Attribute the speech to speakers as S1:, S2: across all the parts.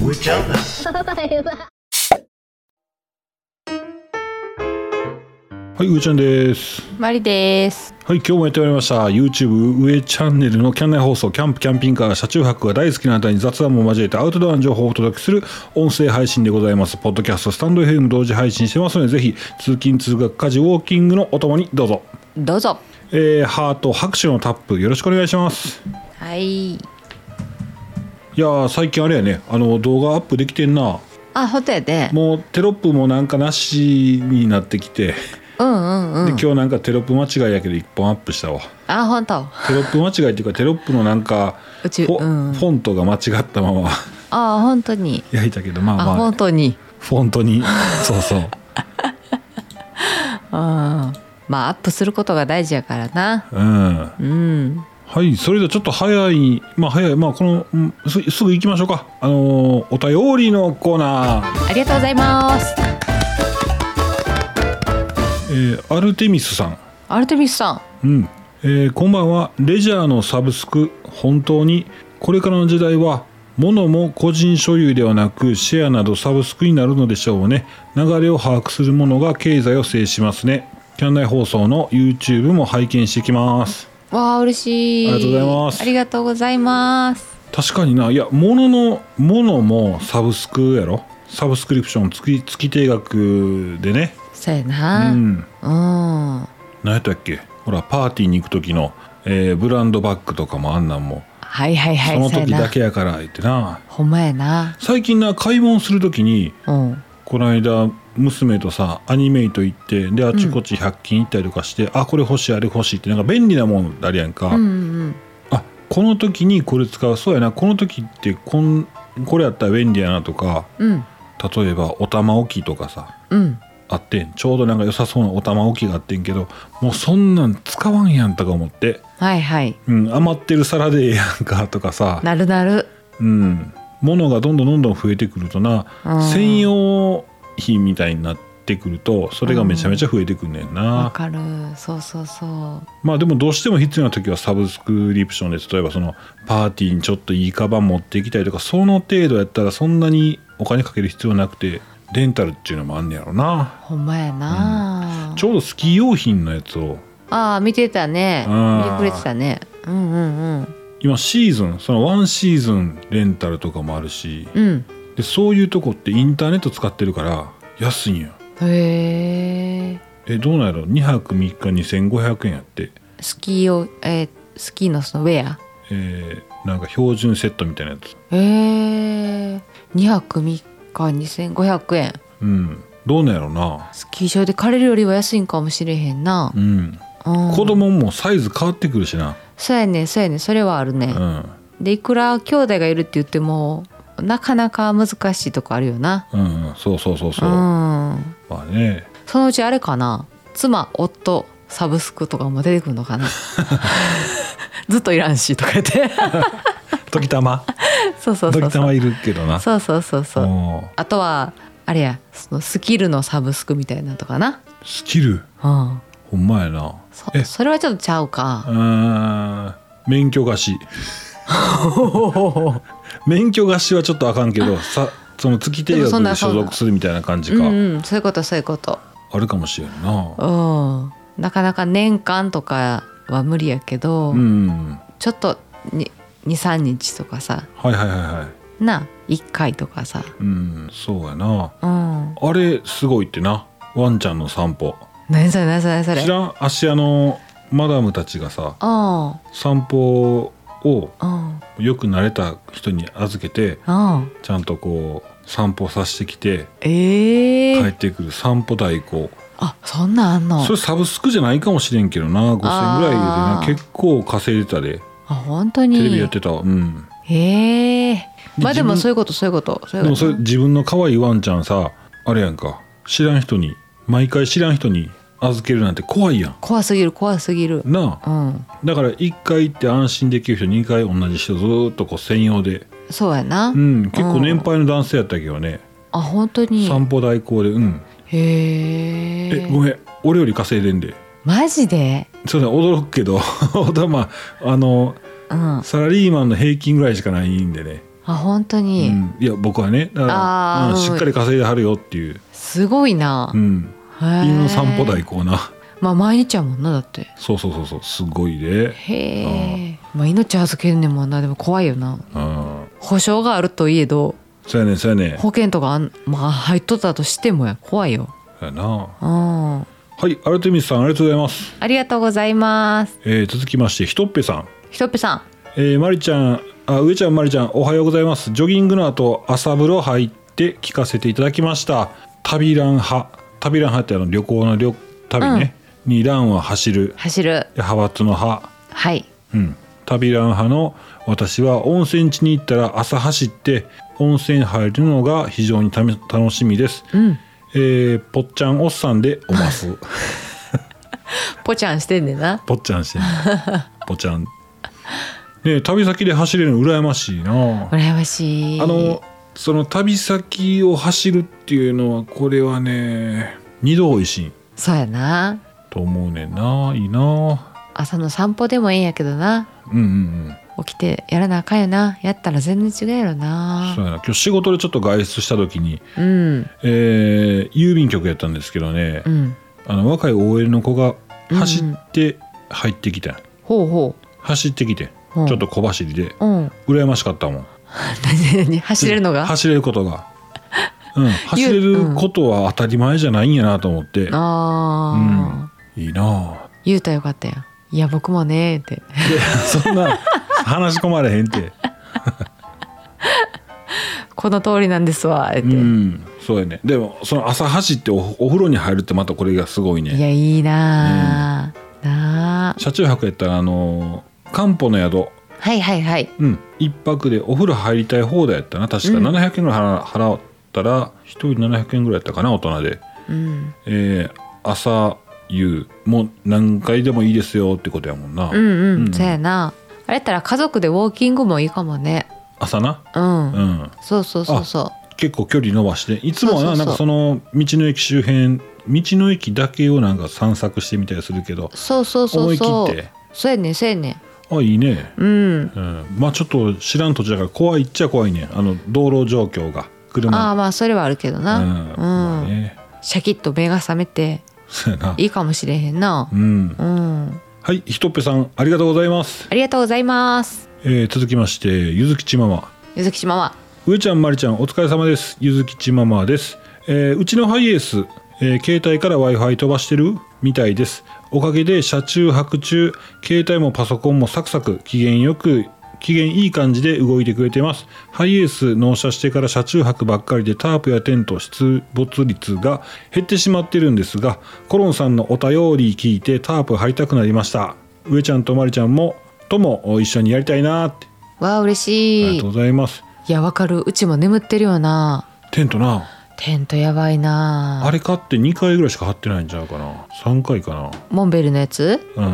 S1: 燃えちゃうな。
S2: はい、上ちゃんです。
S3: マリです。
S2: はい、今日もやってまいりました。YouTube 上チャンネルのキャン内放送、キャンプ、キャンピングカー、車中泊が大好きなあなたに雑談も交えてアウトドアの情報をお届けする音声配信でございます。ポッドキャスト、スタンド FM 同時配信してますので、ぜひ通勤、通学、家事、ウォーキングのお供にどうぞ。
S3: どうぞ。
S2: えー、ハート、拍手のタップ、よろしくお願いします。
S3: はい。
S2: いやー、最近あれやね、あの動画アップできてんな。
S3: あ、ホテルで。
S2: もうテロップもなんかなしになってきて、
S3: うんうんう
S2: で
S3: ん。
S2: 今日なんかテロップ間違いやけど1本アップしたわ。
S3: あ、本当。
S2: テロップ間違いっていうかテロップのなんか
S3: うち
S2: フォ,、
S3: うん
S2: フォントが間違ったま ま
S3: あ、本当に。
S2: 焼いたけどまあ
S3: あ、
S2: まあ
S3: 本当に。
S2: フォント にそうそう
S3: あーまあ、アップすることが大事やからな。
S2: うん
S3: うん。
S2: はいそれではちょっと早いまあ早いまあこのうんすすぐ行きましょうかあのーお便りのコーナー、
S3: ありがとうございます。
S2: えーアルテミスさん
S3: アルテミスさん。
S2: うん、えーこんばんはレジャーのサブスク本当にこれからの時代は物も個人所有ではなくシェアなどサブスクになるのでしょうね流れを把握するものが経済を制しますねキャン内放送の YouTube も拝見してきます
S3: わあ、嬉しい。
S2: ありがとうございます
S3: ありがとうございます。
S2: 確かにないや物の物もサブスクやろサブスクリプション月月定額でね
S3: そうや
S2: う
S3: な。うん。
S2: ん
S3: は
S2: 何やったっけほらパーティーに行く時の、えーブランドバッグとかもあんなんも
S3: いはいはい。
S2: その
S3: そうや
S2: 時
S3: な
S2: だ。けやから言ってな
S3: ほんまやな。
S2: 最近な買い物する時に
S3: うん。
S2: この間娘とさアニメイト行ってであちこち100均行ったりとかして、あこれ欲しいあれ欲しいってなんか便利なもんあるやんか、
S3: うんうん
S2: あこの時にこれ使うそうやなこの時ってこんこれやったら便利やなとか
S3: うん。うん。
S2: 例えばお玉置きとかさ
S3: うん。
S2: あってんちょうどなんか良さそうなお玉置きがあってんけどもうそんなん使わんやんとか思って、
S3: はいはい。
S2: うん、余ってる皿でええやんかとかさ
S3: なるなる。
S2: うん、ものがどんどんどんどん増えてくるとな
S3: うん
S2: 専用品みたいになってくるとそれがめちゃめちゃ増えてくんねん
S3: わ
S2: な、
S3: かる。そうそうそう。
S2: まあでもどうしても必要な時はサブスクリプションで例えばそのパーティーにちょっといいカバン持ってきたりとかその程度やったらそんなにお金かける必要なくてレンタルっていうのもあんねやろな
S3: ほんまやな、
S2: ちょうどスキー用品のやつを
S3: ああ見てたね
S2: うん
S3: 見てくれてたねうんうんうん
S2: 今シーズンそのワンシーズンレンタルとかもあるし
S3: うん
S2: でそういうとこってインターネット使ってるから安いんや
S3: へえ
S2: えどうなんやろ2泊3日2500円やって、
S3: スキーをえースキーのそのウェア
S2: えーなんか標準セットみたいなやつ
S3: へえ2泊3日2500円
S2: うんどうなんやろな
S3: スキー場で借りるよりは安いんかもしれへんな
S2: う、ん
S3: うん、
S2: 子供もサイズ変わってくるしな
S3: そうやねそうやねそれはある
S2: う
S3: ね、
S2: ん
S3: でいくら兄弟がいるって言ってもなかなか難しいとこあるよな
S2: うん、うん、そうそうそうそう、
S3: うん
S2: まあね
S3: そのうちあれかな妻夫サブスクとかも出てくるのかな ずっといらんしとか言って
S2: 時たま
S3: そうそうそ
S2: 時
S3: う
S2: た
S3: そ
S2: ま
S3: う
S2: いるけどな
S3: そうそうそうそう
S2: おー
S3: あとはあれやそのスキルのサブスクみたいなのとかな
S2: スキル
S3: うん
S2: ほんまやな
S3: そ
S2: え
S3: それはちょっとちゃう
S2: う
S3: か
S2: ーん免許貸 し免許貸しはちょっとあかん けどさその月定
S3: でもそ
S2: 額
S3: んな
S2: で所
S3: そんな
S2: 属するみたいな感じ
S3: うん
S2: か、
S3: うんそういうことそういうこと
S2: あるかもしれんな
S3: うんなかなか年間とかは無理やけど、
S2: うん
S3: ちょっと23日とかさ
S2: はいはいはいはい
S3: な1回とかさ
S2: うんそうやな
S3: うん
S2: あれすごいってなワンちゃんの散歩
S3: 何それ何それ何それ
S2: 知らん芦屋のマダムたちがさ
S3: うん
S2: 散歩を
S3: うん
S2: よく慣れた人に預けて
S3: うん
S2: ちゃんとこう散歩させてきて
S3: ええ
S2: 帰ってくる散歩代行
S3: あそんなんあんの
S2: それサブスクじゃないかもしれんけどな5,000円ぐらいでな
S3: あー
S2: 結構稼いでたで
S3: あ本当に
S2: テレビやってたわうん
S3: ええまあ
S2: で自
S3: で
S2: 分
S3: もそういうことそういうことそ
S2: で
S3: ういうこと
S2: もそれ自分の可愛いワンちゃんさあれやんか知らん人に毎回知らん人に預けるなんて怖いやん
S3: 怖すぎる怖すぎる
S2: なあ
S3: うん
S2: だから1回行って安心できる人2回同じ人ずーっとこう専用で、
S3: そうやな、
S2: うん、結構年配の男性やったけどね、
S3: あ本当に
S2: 散歩代行でうん
S3: へえ
S2: えごめん俺より稼いでんで
S3: マジで
S2: そうだ驚くけど まああの
S3: うんあ
S2: サラリーマンの平均ぐらいしかないんでね
S3: あ本当
S2: う
S3: に、
S2: ん、いや僕はねだから
S3: あー
S2: うん
S3: うん
S2: しっかり稼いではるよっていう、
S3: すごいな、
S2: うん、
S3: へえ
S2: 犬の散歩代行な
S3: まあ毎日やもんなだって
S2: そうそうそうそうすごいで、
S3: へえまあ命預けんねんもんなでも怖いよな
S2: うん、
S3: 保証があるといえど
S2: そうやねんそうやねん
S3: 保険とかあん、まあ、入っとったとしてもや怖いよ
S2: そうやな
S3: うん
S2: はいアルテミスさんありがとうございます、
S3: ありがとうございます
S2: えー続きましてひとっぺさん
S3: ひとっぺさん
S2: えー、まりちゃん、あ、上ちゃん、まりちゃん、おはようございます。ジョギングの後、朝風呂入って聞かせていただきました。旅ラン派。旅ラン派ってあの旅行の旅、旅ね。にランは走る。
S3: 走る
S2: 派閥の派。
S3: はい
S2: うん。旅ラン派の私は温泉地に行ったら朝走って温泉入るのが非常にため楽しみです。
S3: うん
S2: えー、ぽっちゃんおっさんでおます。
S3: ぽちゃんしてんねんな
S2: ぽっちゃんしてんのぽちゃん。ねえ旅先で走れるの羨ましいな。
S3: 羨ましい
S2: あのその旅先を走るっていうのはこれはね二度おいしい
S3: そうやな
S2: と思うねんないいな
S3: 朝の散歩でもええんやけどな
S2: うんうんうん
S3: 起きてやらなあかんよなやったら全然違うやろ
S2: そう
S3: な
S2: やな今日仕事でちょっと外出した時に、
S3: うん
S2: えー郵便局やったんですけどね、
S3: うん
S2: あの若い OL の子が走って入ってきた、
S3: ほうほ
S2: 走ってきて、
S3: うん
S2: ちょっと小走りで
S3: ううん
S2: 羨ましかったもん
S3: 何何走れるのが
S2: 走れることが、 うん、走れることは当たり前じゃないんやなと思って、
S3: ああ、
S2: うん、いいなあ
S3: 言うたらよかったやんいや僕もねーって
S2: いや そんな話し込まれへんて
S3: この通りなんですわって、
S2: うんそうやねでもその朝走っておお風呂に入るってまたこれがすごい
S3: い
S2: ね
S3: やいいなあ、なあ
S2: 車中泊やったらあのー漢方の宿
S3: はいはいはい
S2: うん一泊でお風呂入りたい放題やったな確か
S3: うん
S2: 700円ぐらい払払ったら1人700円ぐらいやったかな大人で
S3: うん、
S2: えー朝夕もう何回でもいいですよってことやもんな、
S3: うんうん
S2: うん
S3: そうやなあれやったら家族でウォーキングもいいかもね
S2: 朝な
S3: うん、
S2: うん
S3: そうそうそうそ
S2: 結構距離伸ばしていつもは
S3: そうそう
S2: な
S3: そう
S2: なんかその道の駅周辺道の駅だけをなんか散策してみたりするけど
S3: うそうそうそうそ
S2: 思いう切って
S3: そうやねんそうやねん
S2: あいいね、
S3: うん
S2: うん、まあちょっと知らん土地だから怖いっちゃ怖いねあの道路状況が
S3: あ
S2: 車
S3: あまあそれはあるけどな
S2: う
S3: うんん、
S2: まあね
S3: シャキッと目が覚めて
S2: そうやない
S3: いかもしれへんな
S2: うん
S3: うん
S2: はいひとっぺさんありがとうございます、
S3: ありがとうございます
S2: えー続きましてゆずきちママ
S3: ゆずきしまは
S2: 上ちゃんまりちゃんお疲れ様ですゆずきちママです、えーうちのハイエース、えー携帯から Wi-Fi 飛ばしてるみたいですおかげで車中泊中携帯もパソコンもサクサク機嫌よく機嫌いい感じで動いてくれてますハイエース納車してから車中泊ばっかりでタープやテント出没率が減ってしまってるんですがコロンさんのお便り聞いてタープ張りたくなりました上ちゃんとまりちゃんもとも一緒にやりたいなーって
S3: わあ嬉
S2: あり
S3: し
S2: が
S3: い
S2: とうございます
S3: いやわかるうちも眠ってるよな
S2: テントな
S3: テントやばいな
S2: あれ買って2回ぐらいしか貼ってないんちゃうかな3回か
S3: モンベルのやつ
S2: な
S3: う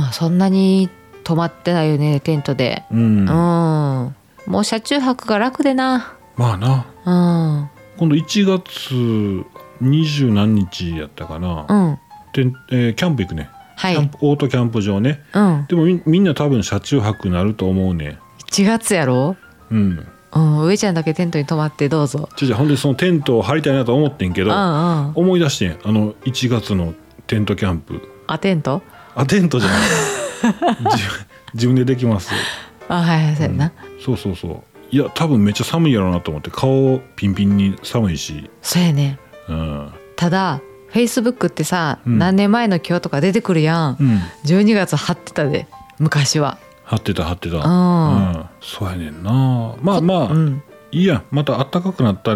S3: んそんなに止まってないよねテントで
S2: うん、うん、
S3: うん
S2: ま
S3: もう車中泊が楽でな
S2: あな
S3: うん
S2: 今度1月二十何日やったかな、
S3: うん
S2: てんえーキャンプ行くね、
S3: は
S2: キャン
S3: い
S2: プオートキャンプ場ね
S3: うん
S2: でもみみんな多分車中泊になると思うね
S3: 1月やろ
S2: うん
S3: うん上ちゃんだけテントに泊まってどうぞ
S2: ちょちょほんでそのテントを張りたいなと思ってんけ
S3: うんう
S2: ど、
S3: ん
S2: 思い出してんあの1月のテントキャンプ
S3: あテント
S2: あテントじゃ ない自分自分でできます
S3: あはいはいそうやな、
S2: そうそうそういや多分めっちゃ寒いやろうなと思って顔ピンピンに寒いし
S3: そうやね
S2: うん、
S3: ただフェイスブックってさ、
S2: うん
S3: 何年前の今日とか出てくるやん、
S2: うん、
S3: 12月貼ってたで昔は
S2: 張ってた張ってた
S3: う、
S2: うんん、そうやねんなまあまあ、
S3: うん、
S2: いいやんまた暖かくなった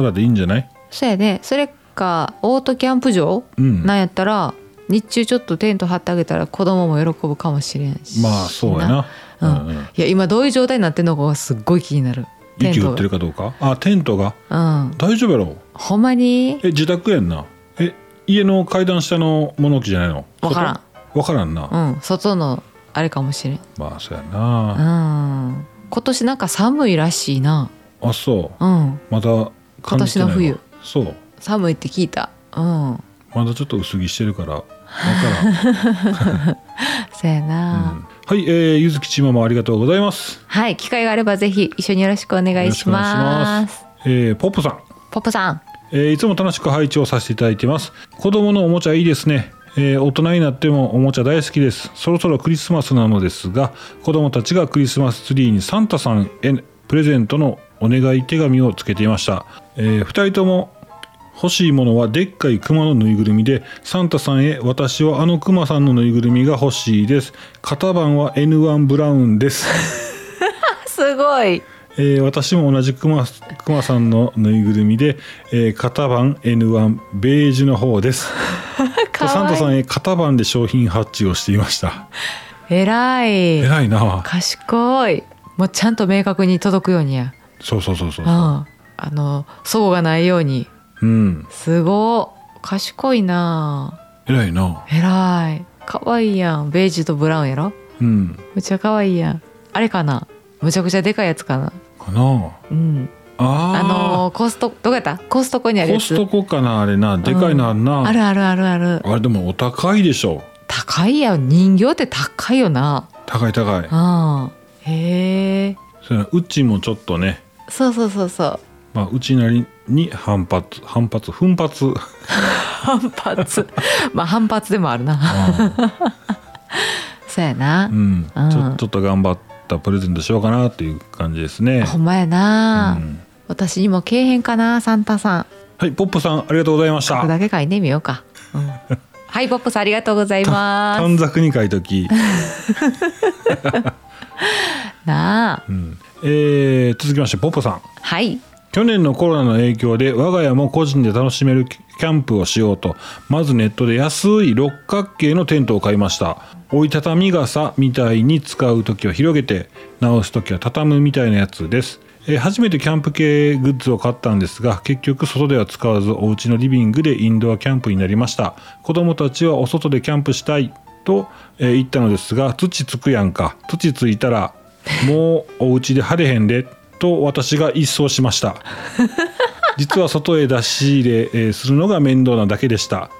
S2: らでいいんじゃない
S3: そうやねそれかオートキャンプ場、
S2: うん
S3: なんやったら日中ちょっとテント張ってあげたら子供も喜ぶかもしれんし
S2: まあそうやな
S3: うん
S2: うんうん
S3: いや今どういう状態になってんのかがすっごい気になる
S2: 雪降って
S3: が
S2: るかどうかあテントが
S3: うん
S2: 大丈夫やろ
S3: ほんまに
S2: え自宅やんなえ家の階段下の物置じゃないの
S3: わからん
S2: 外わからんな、
S3: うん外のあれかもしれん
S2: まあそうや
S3: う
S2: な、
S3: ん今年なんか寒いらしいな
S2: あそう
S3: うん
S2: まだ感じてないわ
S3: 今年の冬
S2: そう
S3: 寒いって聞いたうん
S2: まだちょっと薄着してるから
S3: そうや
S2: ら
S3: な、
S2: ん、うんはい、えー、ゆずきちまもありがとうございます
S3: はい機会があればぜひ一緒によろしくお願いし
S2: よろしくお
S3: ます
S2: 願いします、えー、ポップさん
S3: ポップさん
S2: えーいつも楽しく配置をさせていただいています子供のおもちゃいいですね、えー大人になってもおもちゃ大好きですそろそろクリスマスなのですが子供たちがクリスマスツリーにサンタさんへプレゼントのお願い手紙をつけていました、え2人とも欲しいものはでっかい熊のぬいぐるみでサンタさんへ私はあの熊さんのぬいぐるみが欲しいです型番は N1 ブラウンです
S3: すごい
S2: えー私も同じくまくまさんのぬいぐるみで、えー型番 N1 ベージュの方です
S3: か
S2: サンタさ
S3: わいい
S2: んへ型番で商品発注をしていました
S3: えらい
S2: 偉いな
S3: 賢いもうちゃんと明確に届くようにや
S2: そうそうそうそう
S3: うんあの齟齬がないように
S2: うん
S3: すごい賢いな
S2: 偉いな
S3: えらいかわいいやんベージュとブラウンやろ
S2: うん
S3: むちゃかわいいやんあれかなむちゃくちゃでかいやつかな
S2: かな
S3: うん
S2: あー
S3: あのーコストどこやったコストコにあるや
S2: コ
S3: つ
S2: ストコかなあれなでかいのあんな、
S3: あるあるあるある
S2: あれでもお高いでしょ
S3: 高いやん人形って高いよな
S2: 高い高い
S3: うんへえ
S2: それなうちもちょっとね
S3: そうそうそうそう
S2: まあうちなりに反発反発奮発、 うん
S3: 反 発まあ反発でもあるなそうやな、
S2: うん、ち
S3: うん
S2: ょちょっと頑張ったプレゼントしようかなっていう感じですね。
S3: ほんまやな、
S2: うん
S3: 私にもけえへんかなサンタさん
S2: はい、ポップさんありがとうございまし
S3: ここ
S2: た。
S3: だけ書いてみようか、うん はいポップさんありがとうございま
S2: 短冊に書いとき、
S3: すなあ
S2: うんえー続きましてポップさん。
S3: はい
S2: 去年のコロナの影響で我が家も個人で楽しめるキャンプをしようとまずネットで安い六角形のテントを買いました折りたたみ傘みたいに使う時は広げて直す時は畳むみたいなやつですえー初めてキャンプ系グッズを買ったんですが結局外では使わずお家のリビングでインドアキャンプになりました子供たちはお外でキャンプしたいと、えー言ったのですが土つくやんか土ついたらもうお家で晴れへんでと私が一掃しました実は外へ出し入れえーするのが面倒なだけでした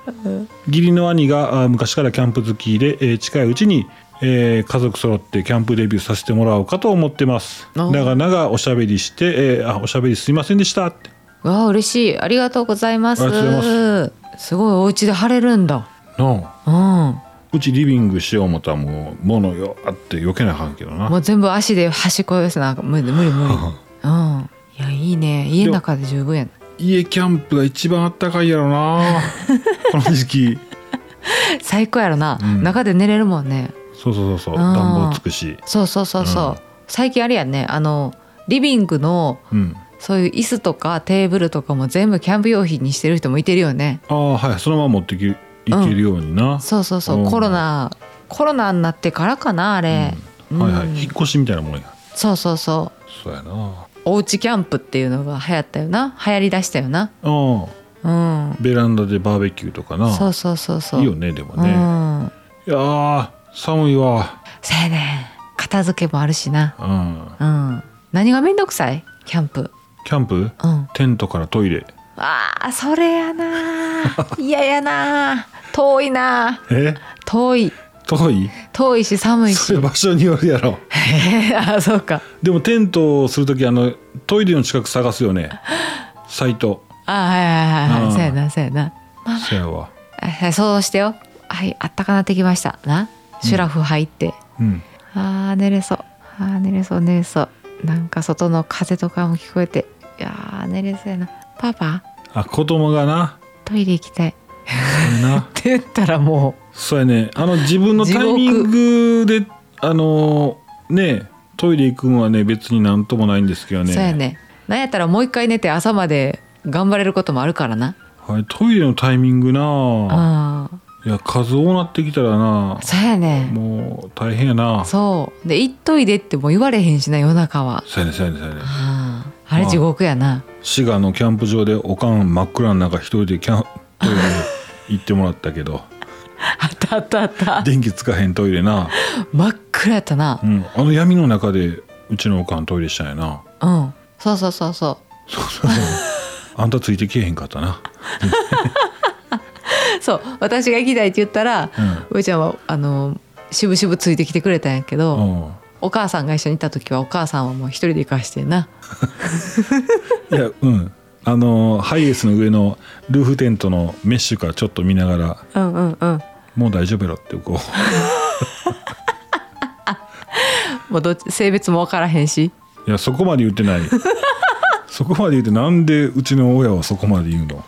S2: 義理の兄があー昔からキャンプ好きでえー近いうちにえー家族揃ってキャンプデビューさせてもらおうかと思ってます
S3: あー
S2: 長々おしゃべりして、えーあおしゃべりすいませんでしたって
S3: わあ嬉しいありがとうございます
S2: ありがとうござ
S3: すごいお家で晴れるんだ
S2: の
S3: うんも
S2: うちリビングしよう思ったらもう物よあって避けなあかんけどな
S3: う全部足で端っこ寄せな無理無理無理うんいやいいね家の中で十分やな
S2: 家キャンプが一番あったかいやろな この時期
S3: 最高やろな、
S2: うん
S3: 中で寝れるもんね
S2: そうそうそうそう
S3: あー
S2: 暖房つくし
S3: そうそうそうそう、
S2: うん
S3: 最近あれやねあのリビングの
S2: うん
S3: そういう椅子とかテーブルとかも全部キャンプ用品にしてる人もいてるよね
S2: ああはいそのまま持ってきいけるようにな、
S3: そうそうそう、
S2: うん
S3: コロナコロナになってからかなあれ、
S2: うんはいはい、
S3: うん
S2: 引っ越しみたいなもんや
S3: そうそうそう
S2: そうやな
S3: おうちキャンプっていうのが流行ったよな流行りだしたよな
S2: うん
S3: うん
S2: ベランダでバーベキューとかな
S3: そうそうそうそう
S2: い
S3: い
S2: よねでも
S3: う
S2: ね、
S3: ん
S2: いやー寒いわ
S3: せやねん片付けもあるしな
S2: うん
S3: うん何がめんどくさいキャンプ
S2: キャンプ
S3: うん
S2: テントからトイレ
S3: あーそれ やなー嫌やなー遠いな
S2: え
S3: ー遠い
S2: 遠い
S3: 遠いし寒い
S2: そ
S3: し
S2: れ場所によるやろ
S3: あそうか
S2: でもテントをする時あのトイレの近く探すよねサイ ト
S3: あーはいはいはい
S2: う
S3: はい
S2: ん
S3: そうやなそうやな
S2: せやわ
S3: あはい想像してよはいあったかなってきましたなシュラフ入って、
S2: うん
S3: あー寝れそうあー寝れそう寝れそうなんか外の風とかも聞こえていやー寝れそうやなパパ
S2: あ子供が な
S3: トイレ行きたいっ
S2: それな
S3: て言ったらも
S2: そうやねあの自分のタイミングであのーねトイレ行くんはね別になんともないんですけど
S3: う、
S2: ね
S3: そうやねなんやったらもう一回寝て朝まで頑張れることもあるからな
S2: はい、トイレのタイミングなあ
S3: ああ
S2: いや数多なってきたらな
S3: そうやねん
S2: もう大変やなそ
S3: そうで行っといでっても言われへんしな夜中は
S2: うやねそうやねそうやね
S3: あああれ
S2: まあ
S3: 地獄やな
S2: 滋賀のキャンプ場でおかん真っ暗の中一人でキャントイレに行ってもらったけ ど
S3: あったあったあった
S2: 電気つかへんトイレな、
S3: 真っ暗やったな
S2: うん、あの闇の中でうちのおかんトイレしたんやな
S3: うんそうそうそうそ
S2: そうそうそうあんたついてけえへんかったな
S3: うそう私が行きたいって言ったら上ちゃんはあの渋々ついてきてくれたんやけ
S2: う
S3: ど、
S2: ん、うん
S3: お母さんが一緒にいた時はお母さんはもう一人で行かしてんない
S2: やうんあのハイエースの上のルーフテントのメッシュからちょっと見ながら
S3: うんうんうん
S2: 「もう大丈夫やろ」ってこ
S3: もうどっち性別も分からへんし
S2: ういやそこまで言って ないそこまで言ってなんでうちの親はそこまで言うの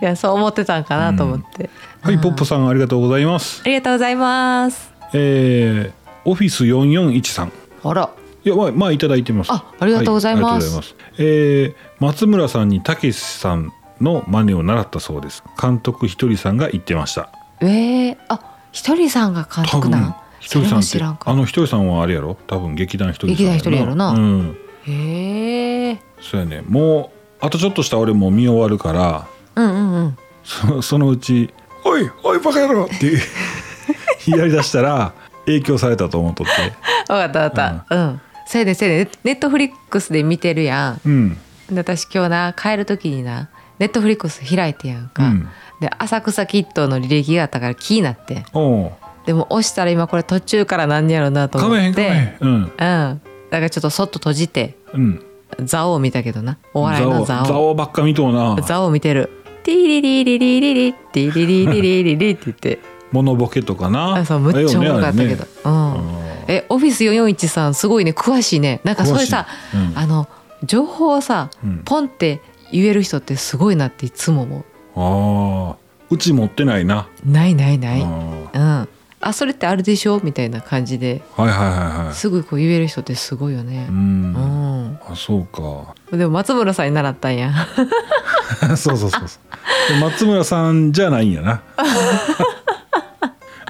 S3: いやそう思ってたんかなと思って、
S2: はいポッポさんありがとうございます
S3: ありがとうございます
S2: えー、オフィス441さん
S3: あら
S2: いやまあまあいただいてます
S3: あありがとうございます
S2: はありがとうございますえー松村さんにたけしさんの真似を習ったそうです監督ひとりさんが言ってました
S3: えー、あひとりさんが監督なん
S2: ひ
S3: そ
S2: とり
S3: れ
S2: さん
S3: も
S2: っ
S3: 知
S2: て
S3: らんか
S2: あのひとりさんはあれやろ多分劇団ひとりさん
S3: 劇団ひとりやろな
S2: うん
S3: へえ
S2: そうやねもうあとちょっとしたら俺もう見終わるから
S3: うんうんうん
S2: そ そのうち「おいおいバカ野郎!」って やりだしたら影響されたと思っとって
S3: 分かった分かったうん、せやでせやでネットフリックスで見てるや
S2: うん
S3: んで私今日な帰る時になネットフリックス開いてやんか、
S2: うん
S3: で浅草キッドの履歴があったから気になってん
S2: おう
S3: でも押したら今これ途中からなんやろうなと
S2: か
S3: 思
S2: めへん
S3: っ
S2: かめ
S3: て
S2: へんうん
S3: うんだからちょっとそっと閉じて
S2: うん
S3: 座王見たけどなお笑いの座
S2: ざ
S3: 王
S2: おばっか見とうな
S3: 座王見てるティリリリリリリティリリリリリリって言って
S2: モノボケとかな
S3: あそうむっちゃおもろかった
S2: ええよ
S3: けど、
S2: ね
S3: うん
S2: あれね
S3: えオフィス441さんすごいね詳しいねなんかそれさ、
S2: 詳しいうん
S3: あの情報をさ、
S2: うん
S3: ポンって言える人ってすごいなっていつも思
S2: うんあーうち持ってないな
S3: うないないな
S2: あ
S3: い
S2: ー
S3: うんあそれってあるでしょみたいな感じで
S2: はいはいはいはい
S3: すぐこう言える人ってすごいよね
S2: う、ん
S3: うん
S2: あそうか
S3: でも松村さんに習ったんや
S2: そうそうそうそうで松村さんじゃないんやな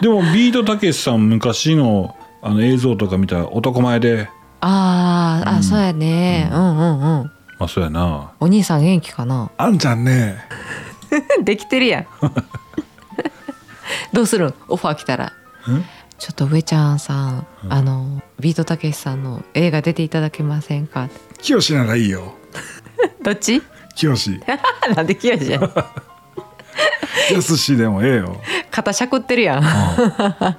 S2: でもビートたけしさん昔のあの映像とか見たら男前で
S3: あーあ、
S2: うん
S3: そうやね、
S2: う
S3: うんうんうん
S2: まあそうやな
S3: お兄さん元気かな
S2: あんちゃんね
S3: できてる やんどうするんオファー来たらちょっと上ちゃんさん、
S2: うん
S3: あのビートたけしさんの映画出ていただけませんか
S2: きよしならいいよ
S3: どっち
S2: きよし
S3: なんで清じゃん
S2: やすしでもええよ、
S3: 肩しゃくってるや んあ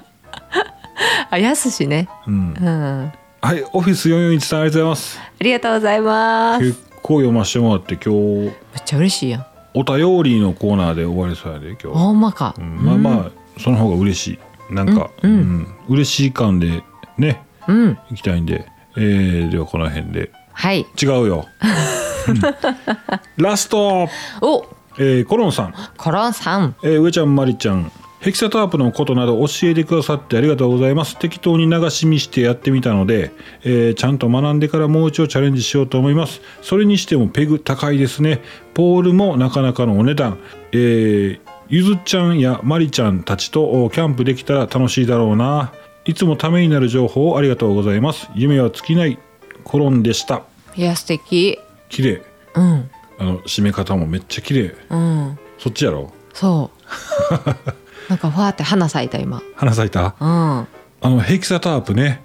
S3: やすしね
S2: うん
S3: う、んあ
S2: はいオフィス441さんありがとうございます
S3: りがとうございますめっ
S2: 結構読ませてもらって今日
S3: ちゃ嬉しいやん
S2: お便りのコーナーで終わりそうやで今日、
S3: ほんまか、
S2: うんまあまあその方が嬉しいなんか、
S3: うん
S2: うん嬉しい感でね
S3: うん
S2: いきたいんで、えー、ではこの辺で
S3: はい
S2: 違うよ、うんラスト、
S3: お
S2: えーコロンさん、
S3: コロンさん
S2: えー上ちゃんまりちゃんヘキサタープのことなど教えてくださってありがとうございます適当に流し見してやってみたので、えーちゃんと学んでからもう一度チャレンジしようと思いますそれにしてもペグ高いですねポールもなかなかのお値段、えーゆずちゃんやまりちゃんたちとおキャンプできたら楽しいだろうないつもためになる情報をありがとうございます夢は尽きないコロンでした
S3: いや素敵
S2: 綺麗
S3: うん
S2: あの締め方もめっちゃ綺麗
S3: うん
S2: そっちやろ
S3: そう なんかふわーって花咲いた今
S2: 花咲いた
S3: うんうん
S2: あのヘキサタープね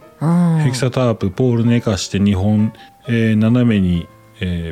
S2: ヘキサタープポール寝かして2本、えー斜めに、えー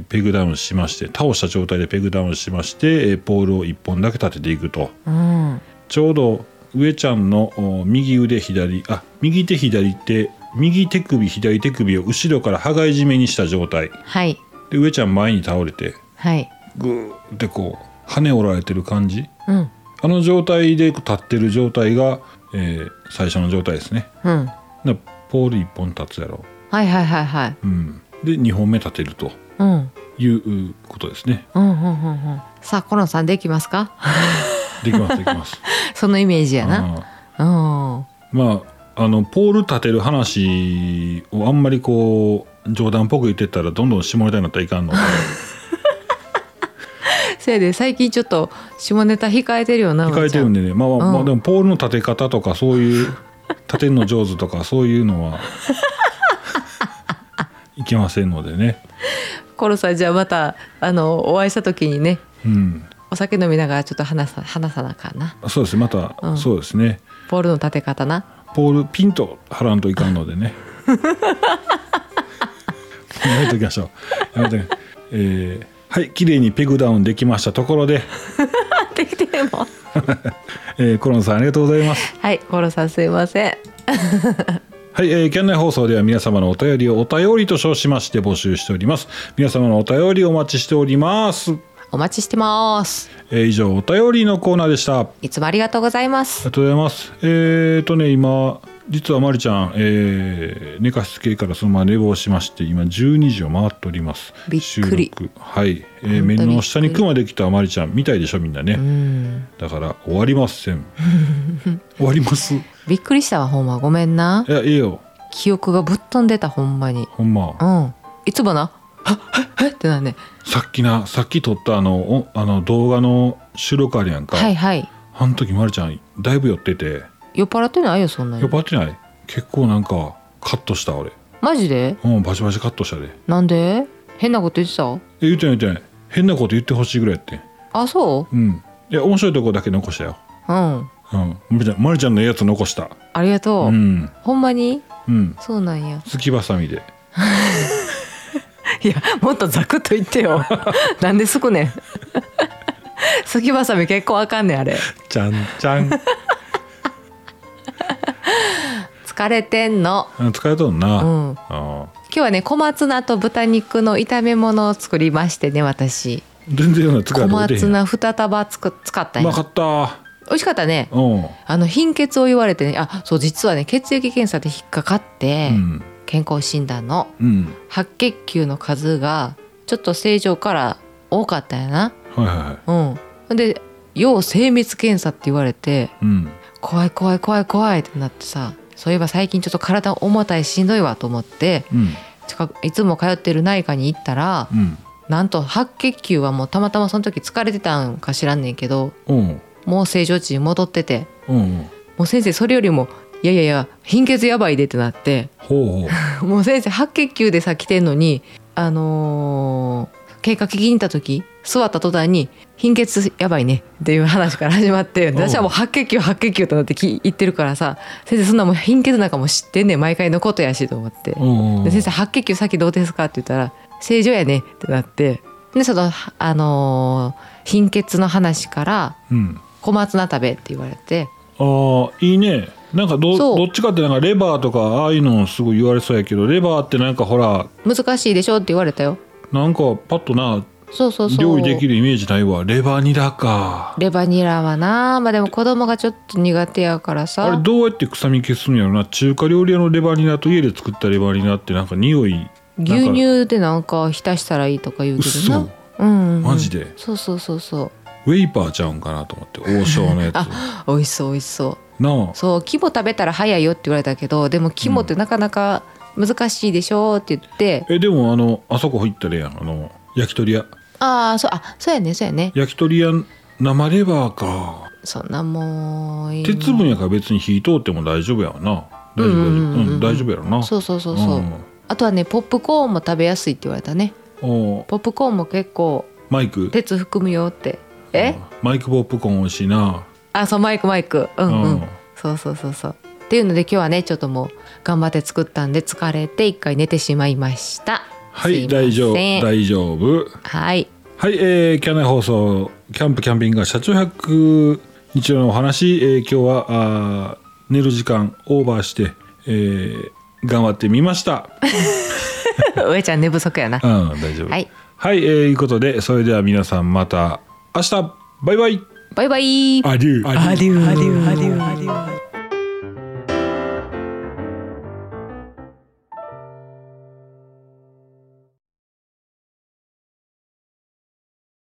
S2: ペグダウンしまして倒した状態でペグダウンしまして、えーポールを1本だけ立てていくと
S3: うん
S2: ちょうど上ちゃんのお右腕左あ右手左手右手首左手首を後ろから羽交い締めにした状態
S3: はい
S2: で上ちゃん前に倒れて
S3: はい
S2: グーってこう羽折られてる感じ
S3: うん
S2: あの状態で立ってる状態が、えー最初の状態ですね
S3: うん
S2: だからポール1本立つやろ
S3: はいはいはいはい。
S2: うん、で2本目立てると
S3: うん。
S2: いうことですね。
S3: うんうんうんうん。さあ、コロンさんできますか。
S2: できますできます。
S3: そのイメージやな。
S2: あ
S3: うん。うん
S2: ーまああのポール立てる話をあんまりこう冗談っぽく言ってたらどんどん下ネタになったらいかんの で
S3: せやで、最近ちょっと下ネタ控えてるよな。
S2: 控えてるん
S3: で。
S2: でね、まあまあ、ま
S3: う
S2: あ、
S3: ん
S2: でもポールの立て方とかそういう立てんの上手とかそういうの はいけませんのでね。
S3: コロンさん、じゃあ、また、あの、お会いした時にね。
S2: うん、
S3: お酒飲みながら、ちょっと話さ、話さなあかんな。
S2: そうですねまた、
S3: うん
S2: そうですね
S3: ボールの立て方な。
S2: ポールピンと張らんといかんのでね。 やめときましょう。やめときえーはい、綺麗にペグダウンできましたところで、
S3: できてるもん。
S2: えーコロンさんありがとうございます。
S3: はいコロさんすいません
S2: はい、えー、県内放送では皆様のお便りをお便りと称しまして募集しております。皆様のお便りをお待ちしております。
S3: お待ちしてます
S2: えー以上、お便りのコーナーでした。あ
S3: いつもありがとうございます
S2: りがとうございます。えーとね、今、実はまりちゃん、えー寝かしつけからそのまま寝坊しまして、今12時を回っております。
S3: びっくり
S2: 収録。はい、えー
S3: ほん
S2: 目
S3: とびっくり
S2: の下にクマできたまりちゃん、みたいでしょ、みんなね。
S3: うん
S2: だから、終わりません。 終わります。い
S3: びっくりしたわほんまごめんな
S2: や、ええよ。
S3: 記憶がぶっ飛んでたほんまに
S2: ほんま
S3: う。んいつもなはっはっはっってなんね
S2: さっきな、さっき撮ったあの、おあの動画の収録あるやんか。
S3: はいはい
S2: あの時まるちゃんだいぶ酔ってて
S3: 酔っ払ってないよそんな
S2: 酔
S3: に
S2: っ払ってない結構なんかカットした俺
S3: マジで
S2: うんバチバチカットしたでえ
S3: なんで変なこと言ってた
S2: 言ってない言ってない変なこと言ってほしいぐらいやってん
S3: あそ
S2: うんいや面白いとこだけ残したよ
S3: ううん
S2: うんまるちゃんまるちゃんのやつ残した
S3: ありがとう、
S2: うん
S3: ほんまに
S2: うん
S3: そうなんや
S2: すきばさみで
S3: いやもっとザクッと言ってよ なんですくねん すきばさみ結構あかんねんあれ
S2: ちゃんち ゃん
S3: 疲れてんの
S2: うん疲れとんな、
S3: うん
S2: あー
S3: 今日はね小松菜と豚肉の炒め物を作りましてね私
S2: 全然な疲れと出
S3: 小
S2: てへ
S3: 松
S2: ん
S3: 菜二束つく使った
S2: うんま
S3: や
S2: かった
S3: 美味しかったね
S2: うん、
S3: あの貧血を言われてねあそう実はね血液検査で引っかかって、
S2: うん
S3: 健康診断の
S2: うん
S3: 白血球の数がちょっと正常から多かったんやな
S2: はいはいはい
S3: うんほんで要精密検査って言われて
S2: うん
S3: 怖い怖い怖い怖いってなってさそういえば最近ちょっと体重たいしんどいわと思って
S2: うん
S3: 近くいつも通ってる内科に行ったら
S2: うん
S3: なんと白血球はもうたまたまその時疲れてたんか知らんねんけど
S2: うん
S3: もう正常値に戻ってて
S2: うんうん
S3: もう先生それよりも「いやいやいや貧血やばいで」ってなって
S2: ほうほう
S3: もう先生白血球でさ来てんのにあのー経過聞きに行った時座った途端に「貧血やばいね」っていう話から始まって
S2: おう
S3: 私はもう白血球白血球となってき言ってるからさ先生そんなもう貧血なんかも知ってんねん毎回のことやしと思って。
S2: うんうん
S3: で先生白血球さっきどうですか?」って言ったら「正常やね」ってなってでその、あのー貧血の話から
S2: うん
S3: 「小松菜食べ」って言われて
S2: ああいいねなんかど
S3: そう
S2: どっちかってなんかレバーとかああいうのすごい言われそうやけどレバーってなんかほら
S3: 「難しいでしょ?」って言われたよ。
S2: なんかパッとな
S3: そうそうそう
S2: 料理できるイメージないわレバー煮だか
S3: レバニラはなまあでも子供がちょっと苦手やから
S2: あれ
S3: さ
S2: どうやって臭み消すんやろな中華料理屋のレバー煮だと家で作ったレバー煮だってなんか匂い
S3: 牛
S2: なんか
S3: 乳でなんか浸したらいいとか言うけどな
S2: 嘘
S3: うんうんうん
S2: マジで
S3: そうそうそうそう
S2: ウェイパーちゃうんかなと思って王将のやつ な
S3: 美味しそう美味しそう
S2: あ
S3: そう肝食べたら早いよって言われたけどでも肝ってなかなか難しいでしょって言って、
S2: えでもあのあそこ入ったらええやんあの焼き鳥屋
S3: ああそうあそうやねそうやね
S2: 焼き鳥屋生レバーか
S3: そんなもういい
S2: 鉄分やから別に火通っても大丈夫やわな大丈夫大丈夫
S3: うんうんうんうん
S2: うん大丈夫やろな
S3: そうそうそうそう、
S2: ん
S3: あとはねポップコーンも食べやすいって言われたね
S2: おー
S3: ポップコーンも結構
S2: マイク
S3: 鉄含むよってえ
S2: マイクポップコーン美味しいな
S3: あそうマイクマイクうんうん、
S2: うん
S3: そうそうそうそうっていうので今日はねちょっともう頑張って作ったんで疲れて一回寝てしまいました
S2: は
S3: す
S2: い
S3: ません
S2: 大丈夫大丈夫
S3: はい
S2: はい、えー、キャンナイ放送キャンプキャンピングカー車中泊日曜のお話、えー今日はあー寝る時間オーバーして、えー頑張ってみま した
S3: 上ちゃん寝不足やな
S2: うん大丈夫
S3: はい、
S2: はいえーいうことでそれでは皆さんまた明日バイバイ
S3: バイバイ
S2: アデュー
S3: アデュ
S1: ア
S3: ー
S1: デューアデューアデュー